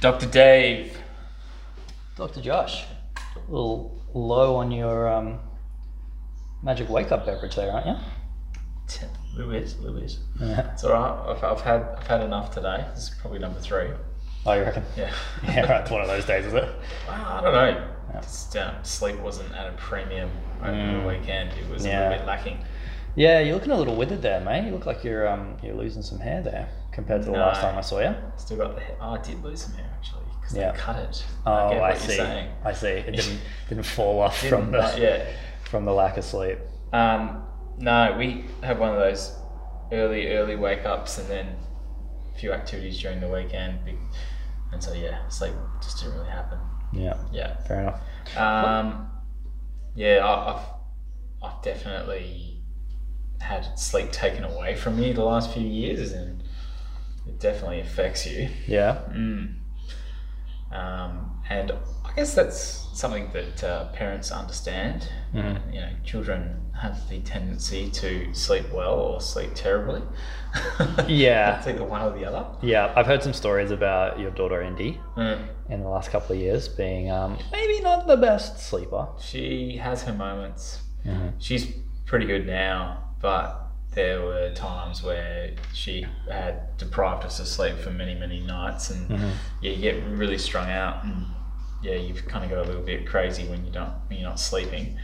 Dr. Dave. Dr. Josh, a little low on your um, magic wake up beverage there, aren't you? Louise, Louise. It's all right. I've, I've had I've had enough today. This is probably number three. oh, you reckon? Yeah. Yeah, right. It's one of those days, is it? Wow, I don't know. Just, uh, sleep wasn't at a premium over the weekend. It was a Mm. Yeah. little bit lacking. Yeah, you're looking a little withered there, mate. You look like you're um, you're losing some hair there compared to the last No. time I saw you. Still got the hair. Oh, I did lose some hair actually because Yeah. they cut it. Oh, I, get I what see. You're saying. I see. It didn't didn't fall off from Didn't- the uh, yeah. from the lack of sleep. Um, no, we had one of those early, early wake ups and then a few activities during the weekend. Be- And so, yeah, sleep just didn't really happen. Yeah, Yeah. fair enough. Um, yeah, I, I've, I've definitely had sleep taken away from me the last few years and it definitely affects you. Yeah, Mm. Um, and I guess that's something that uh, parents understand. Mhm. You know, children have the tendency to sleep well or sleep terribly. Yeah. it's either one or the other. yeah. I've heard some stories about your daughter Indy Mm. in the last couple of years being um, maybe not the best sleeper. She has her moments. Mhm. She's pretty good now, but there were times where she had deprived us of sleep for many, many nights, and yeah, you get really strung out, and yeah, you've kind of got a little bit crazy when you don't when you're not sleeping.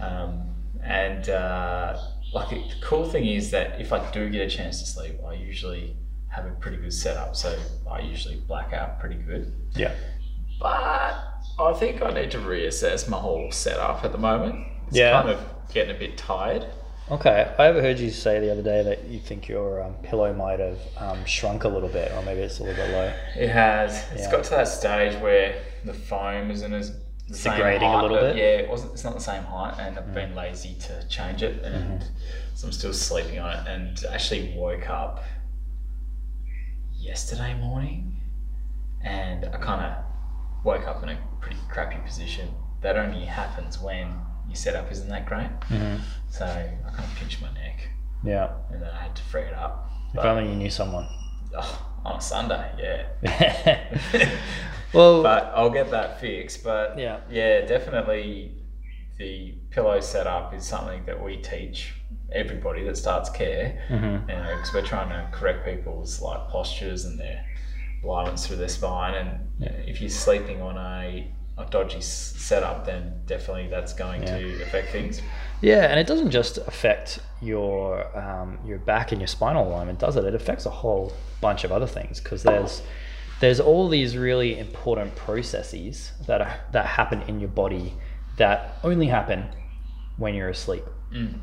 Um, and uh, like the cool thing is that if I do get a chance to sleep, I usually have a pretty good setup, so I usually black out pretty good. Yeah, But I think I need to reassess my whole setup at the moment. It's Yeah. kind of getting a bit tired. Okay, I overheard you say the other day that you think your um, pillow might have um, shrunk a little bit, or maybe it's a little bit low. It has. It's Yeah. got to that stage where the foam isn't as the same Degrading a height, little but bit? Mm-hmm. Yeah, it wasn't. It's not the same height, and I've been lazy to change it, and so I'm still sleeping on it. And actually woke up yesterday morning, and I kind of woke up in a pretty crappy position. That only happens when your setup isn't that great. So I kind of pinched my neck, Yeah, and then I had to free it up. if only you knew someone. Oh, on a Sunday, yeah. well, but I'll get that fixed. But Yeah. yeah, definitely the pillow setup is something that we teach everybody that starts care, Mhm. you know, because we're trying to correct people's like postures and their alignments through their spine. And if you're sleeping on a, a dodgy s- setup, then definitely that's going to affect things. yeah, and it doesn't just affect your um, your back and your spinal alignment, does it? It affects a whole bunch of other things because there's there's all these really important processes that are, that happen in your body that only happen when you're asleep. Mm.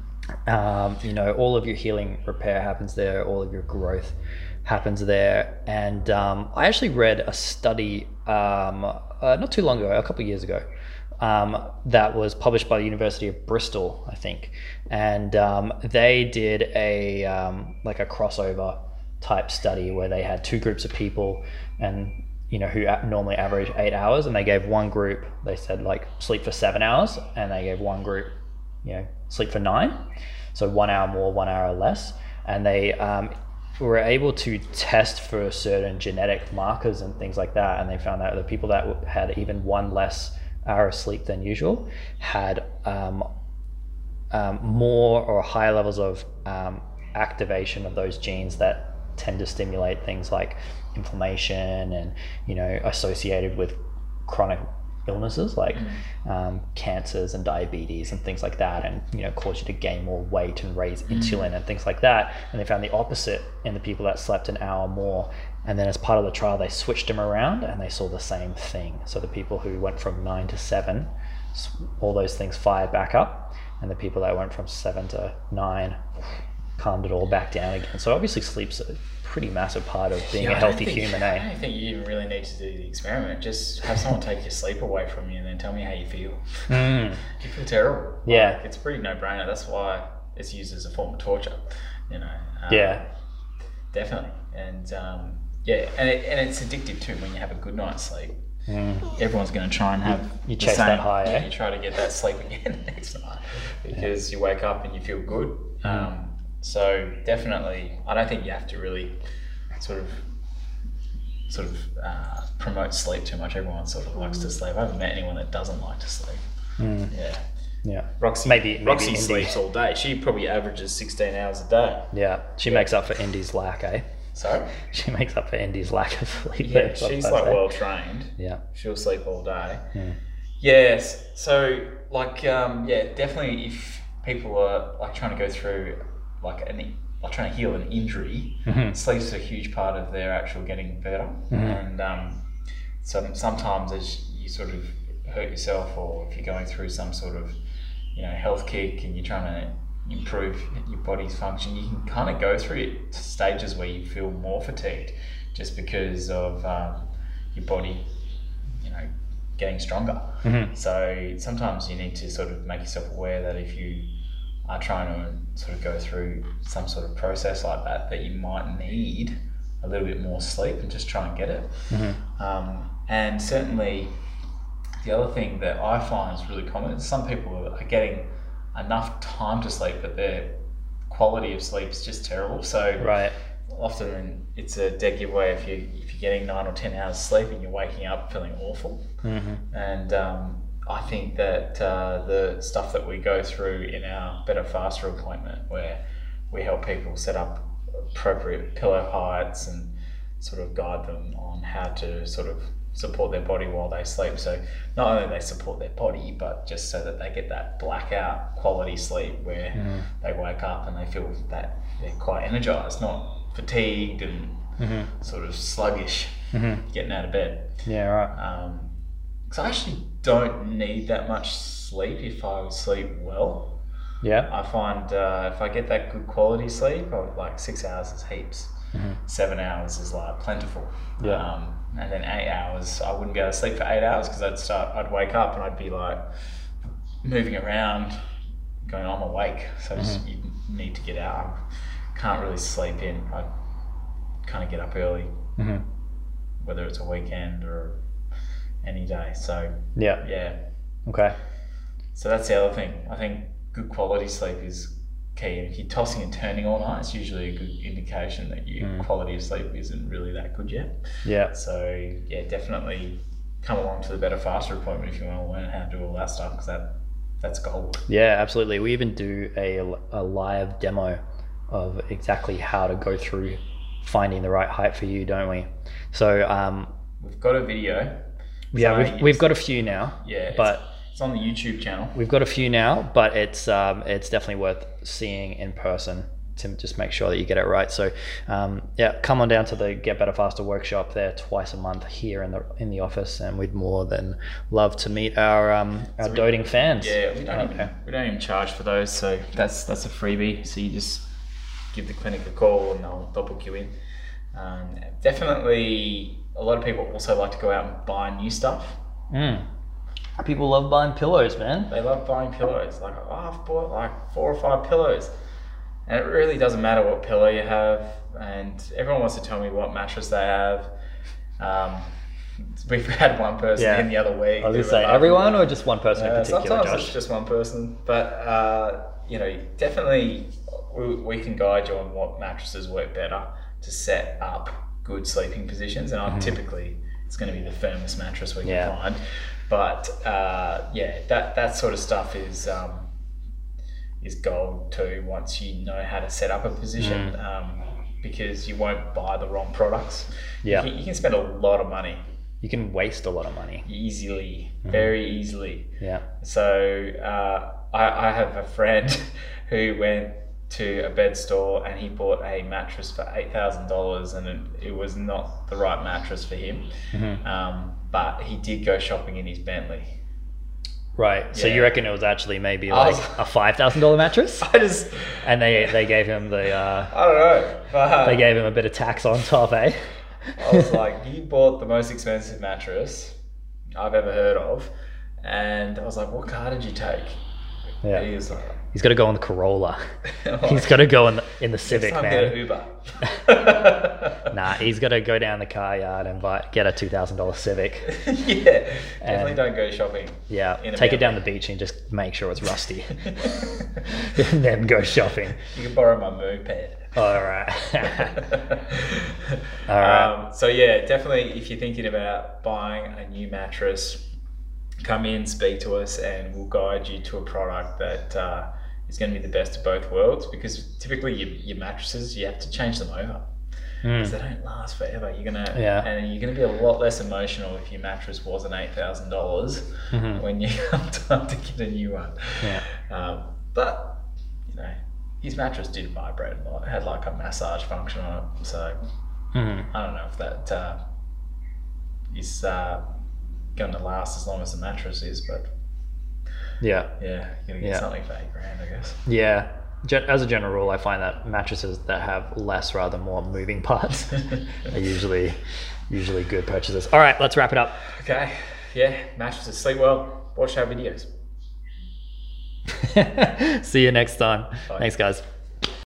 Um, you know, all of your healing repair happens there, all of your growth happens there. And um, I actually read a study um, uh, not too long ago, a couple of years ago, um, that was published by the University of Bristol, I think. And um, they did a um, like a crossover type study where they had two groups of people and you know who a- normally average eight hours and they gave one group they said like sleep for seven hours and they gave one group you know sleep for nine so one hour more one hour less and they um, were able to test for certain genetic markers and things like that and they found that the people that w- had even one less hour of sleep than usual had um, um, more or higher levels of um, activation of those genes that tend to stimulate things like inflammation and you know associated with chronic illnesses like um, cancers and diabetes and things like that and you know cause you to gain more weight and raise Mm. insulin and things like that and they found the opposite in the people that slept an hour more and then as part of the trial they switched them around and they saw the same thing so the people who went from nine to seven s- all those things fired back up and the people that went from seven to nine calmed it all back down again so obviously sleep's a pretty massive part of being Yeah, a I don't healthy think- human I eh don't think you even really need to do the experiment. Just have someone take your sleep away from you and then tell me how you feel. Mm. You feel terrible. Yeah. Like, it's pretty no brainer. That's why it's used as a form of torture. You know. Um, yeah Definitely. And um, yeah, and it, and it's addictive too when you have a good night's sleep. Mm. Everyone's going to try and have you the chase that same- high, yeah, eh? You try to get that sleep again the next night because you wake up and you feel good. Mm. Um, so definitely, I don't think you have to really sort of sort of uh, promote sleep too much. Everyone sort of likes to sleep. I haven't met anyone that doesn't like to sleep. Mm, Yeah. yeah. Roxy, Maybe- maybe Roxy Indy. sleeps all day. She probably averages 16 hours a day. Yeah. She makes up for Indy's lack, eh? So, She makes up for Indy's lack of sleep. yeah, That's what she's I like Mm-hmm. say. well trained. Yeah. She'll sleep all day. Mm. Yes. So, like, um, yeah, definitely if people are like trying to go through like an like trying to heal an injury, Mhm. sleep's a huge part of their actual getting better. Mhm. And um, some sometimes as you sort of hurt yourself, or if you're going through some sort of you know health kick and you're trying to improve your body's function, you can kind of go through it to stages where you feel more fatigued, just because of um, your body, you know, getting stronger. Mhm. So sometimes you need to sort of make yourself aware that if you are trying to sort of go through some sort of process like that, that you might need a little bit more sleep and just try and get it. Mhm. Um, and certainly, the other thing that I find is really common is some people are getting enough time to sleep, but their quality of sleep is just terrible. So Right. often it's a dead giveaway if you if you're getting nine or ten hours sleep and you're waking up feeling awful. hmm And um, I think that uh, the stuff that we go through in our Better Faster appointment, where we help people set up appropriate pillow heights and sort of guide them on how to sort of support their body while they sleep. So not only they support their body, but just so that they get that blackout quality sleep where they wake up and they feel that they're quite energized, not fatigued and hmm sort of sluggish hmm getting out of bed. Yeah, right. Um 'cause I actually don't need that much sleep if I sleep well. Yeah. I find uh, if I get that good quality sleep, I would like six hours is heaps. Mhm. Seven hours is like plentiful. Yeah. Um, and then eight hours, I wouldn't be able to sleep for eight hours because I'd start, I'd wake up and I'd be like moving around, going, I'm awake. So just, you need to get out. I can't really sleep in. I kind of get up early, hmm whether it's a weekend or any day. So Yeah. yeah. Okay. So that's the other thing. I think good quality sleep is key. And if you're tossing and turning all night, it's usually a good indication that your Mm. quality of sleep isn't really that good yet. Yeah. So yeah, definitely come along to the Better Faster appointment if you want to learn how to do all that stuff because that that's gold. Yeah, absolutely. We even do a, a live demo of exactly how to go through finding the right height for you, don't we? So, um, We've got a video. yeah, So, we've, we've got a few now, Yeah, it's- but it's, on the YouTube channel. we've got a few now, but it's um, it's definitely worth seeing in person to just make sure that you get it right. So, um, yeah, come on down to the Get Better Faster workshop there twice a month here in the in the office, and we'd more than love to meet our um, our we- doting fans. Yeah, we don't out even there. we don't even charge for those, so that's that's a freebie. So you just give the clinic a call and they'll they'll book you in. Um, definitely, a lot of people also like to go out and buy new stuff. Mm. People love buying pillows, man. They love buying pillows. Like oh, I've bought like four or five pillows, and it really doesn't matter what pillow you have. And everyone wants to tell me what mattress they have. Um, we've had one person Yeah. in the other week. I was who gonna say like, everyone or just one person in Uh, particular, sometimes Josh. it's just one person, but uh, you know, definitely we, we can guide you on what mattresses work better to set up good sleeping positions. And I'm typically it's going to be the firmest mattress we can Mm-hmm. Yeah. find. But uh, yeah, that that sort of stuff is um, is gold too. Once you know how to set up a position. Mm. Um, because you won't buy the wrong products. You Yeah. can- you can spend a lot of money You can waste a lot of money. easily, Mm-hmm. very easily. Yeah. So uh, I, I have a friend who went to a bed store and he bought a mattress for eight thousand dollars, and it, it was not the right mattress for him. Mm-hmm. Um, but he did go shopping in his Bentley. Right. So Yeah. Oh. you reckon it was actually maybe I like was- a five thousand dollar mattress, I just and they they gave him the uh, I don't know, but they gave him a bit of tax on top, eh? I was like, you bought the most expensive mattress I've ever heard of. And I was like, what car did you take? Yeah. He was like, He's got to go on the Corolla. Well, He's got to go in the, in the Civic, "Time to man. get an Uber. Nah, he's got to go down the car yard and buy, get a two thousand dollar Civic. yeah, definitely And- don't go shopping. Yeah, In a take Bentley. it down the beach and just make sure it's rusty, and then go shopping. You can borrow my moped. All right. All right. Um, so yeah, definitely. If you're thinking about buying a new mattress, come in, speak to us, and we'll guide you to a product that uh, is going to be the best of both worlds. Because typically, your, your mattresses you have to change them over. because Mm. they don't last forever. You're gonna Yeah. and you're gonna be a lot less emotional if your mattress wasn't eight thousand dollars Mhm. when you come time to get a new one. Yeah. Um, but you know, his mattress did vibrate a lot. It had like a massage function on it, so Mhm. I don't know if that uh, is uh, going to last as long as the mattress is. But Yeah. yeah, you're gonna get Yeah. something for eight grand, I guess. Yeah. Gen- as a general rule, I find that mattresses that have less rather than more moving parts are usually usually good purchases. All right, let's wrap it up. okay, yeah, mattresses sleep well. Watch our videos. See you next time. Bye. Thanks, guys.